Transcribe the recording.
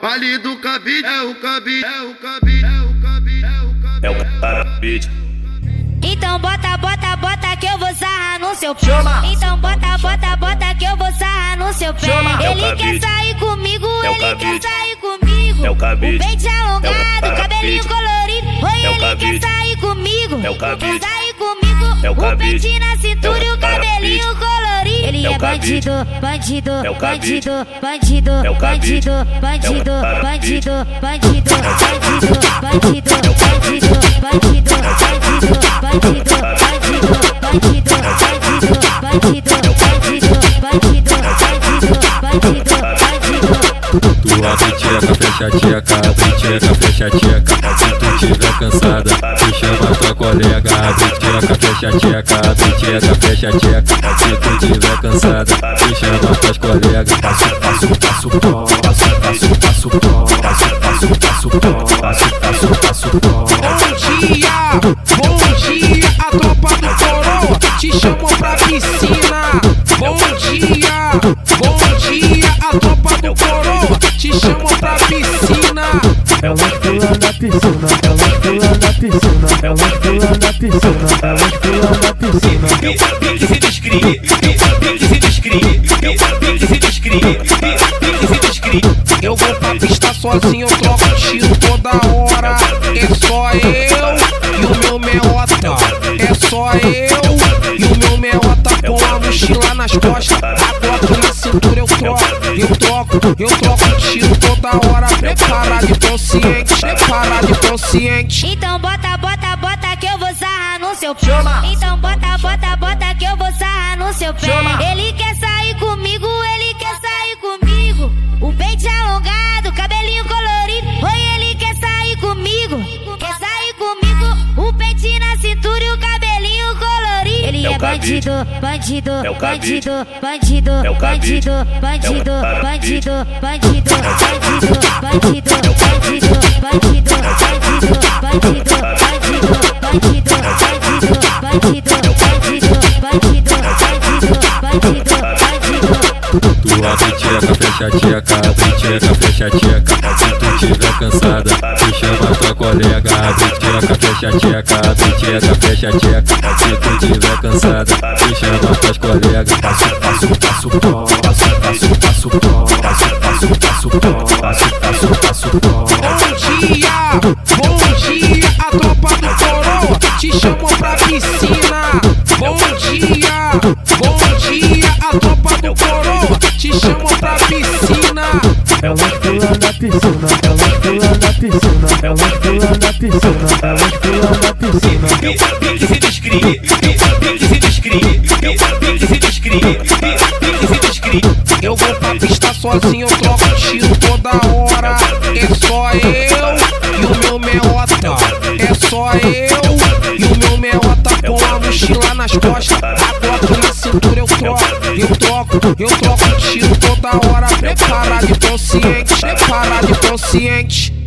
baile do cabide, é o cabide, é o cabide, é o cabide, é o cabide. É o cabide. Então bota, bota, bota que eu vou sarrar no seu pé. Chama. Então bota, bota, bota que eu vou sarrar no seu pé. Chama. É o Ele cabide. quer sair comigo, É o ele cabide. quer sair comigo. É o cabide. peito alongado, É o cabelinho cabide. colorido. Oi, É o ele cabide. quer sair comigo. É o cabide. Quer sair comigo. É o cabide. peitinho na cintura e É o o cabelinho cabide. colorido. Ele É o é cabide. bandido, bandido, É o cabide. bandido, bandido, É o cabide. bandido, bandido, É o cabide. bandido, bandido, bandido, bandido, bandido, bandido, bandido, bandido, bandido, bandido, bandido, bandido, bandido, bandido, bandido, bandido, bandido. Tu abre tcheca, fecha tcheca, abre tcheca, fecha tcheca. Se tu tiver cansada, tu chama tua colega. Abre tcheca, fecha tcheca, abre tcheca, fecha tcheca. Se tu tiver cansada, tu chama tuas colegas. Bom dia, bom dia, a tropa do coroa te chamou pra piscina. Bom dia, bom dia, a tropa do coroa te chamou pra piscina. É o cabide. Pique se descreve, pique se descreve, pique se descreve, pique se descreve. Eu vou pra pista sozinho, eu troco tiro toda hora. É só eu e o meu meota. É só eu e o meu meota com a mochila nas costas. A coca na cintura eu troco, eu troco, eu troco tiro toda hora. Preparado e consciente, preparado e consciente. Então bota, bota, bota que eu vou sarrar no seu pé. Então bota, bota, bota que eu vou sarrar no seu pé. Ele quer sair comigo, ele quer sair comigo. O peito é alongado, cabelinho colorido. Oi, ele quer sair comigo. Quer sair comigo, o peitinho na cintura e o cabelinho colorido. Ele É o é cabide. bandido, bandido, É o cabide. bandido, bandido, É o cabide. bandido, É bandido, o cabide. bandido, bandido, bandido, bandido, bandido, bandido, bandido, bandido, bandido, bandido, bandido, bandido, bandido, bandido, bandido, bandido, bandido. Tu abre tcheca, fecha tcheca, abre tcheca, fecha tcheca. Se tu tiver cansada, tu chama tua colega. Abre tcheca, fecha tcheca, abre tcheca, fecha tcheca. Se tu tiver cansada, tu chama tuas colegas. Bom dia, bom dia, a tropa do coroa te chamou pra piscina. Bom dia, bom dia, a tropa do coroa te chamou pra piscina. Pique se descreve, pique se descreve, pique se descreve, pique se descreve. Eu vou pra pista sozinho, eu troco tiro toda hora. É só eu e o meu meota. É só eu e o meu meota com a mochila nas costas. A coca na cintura eu troco, eu troco, eu troco tiro toda hora. Preparado e consciente, preparado e consciente.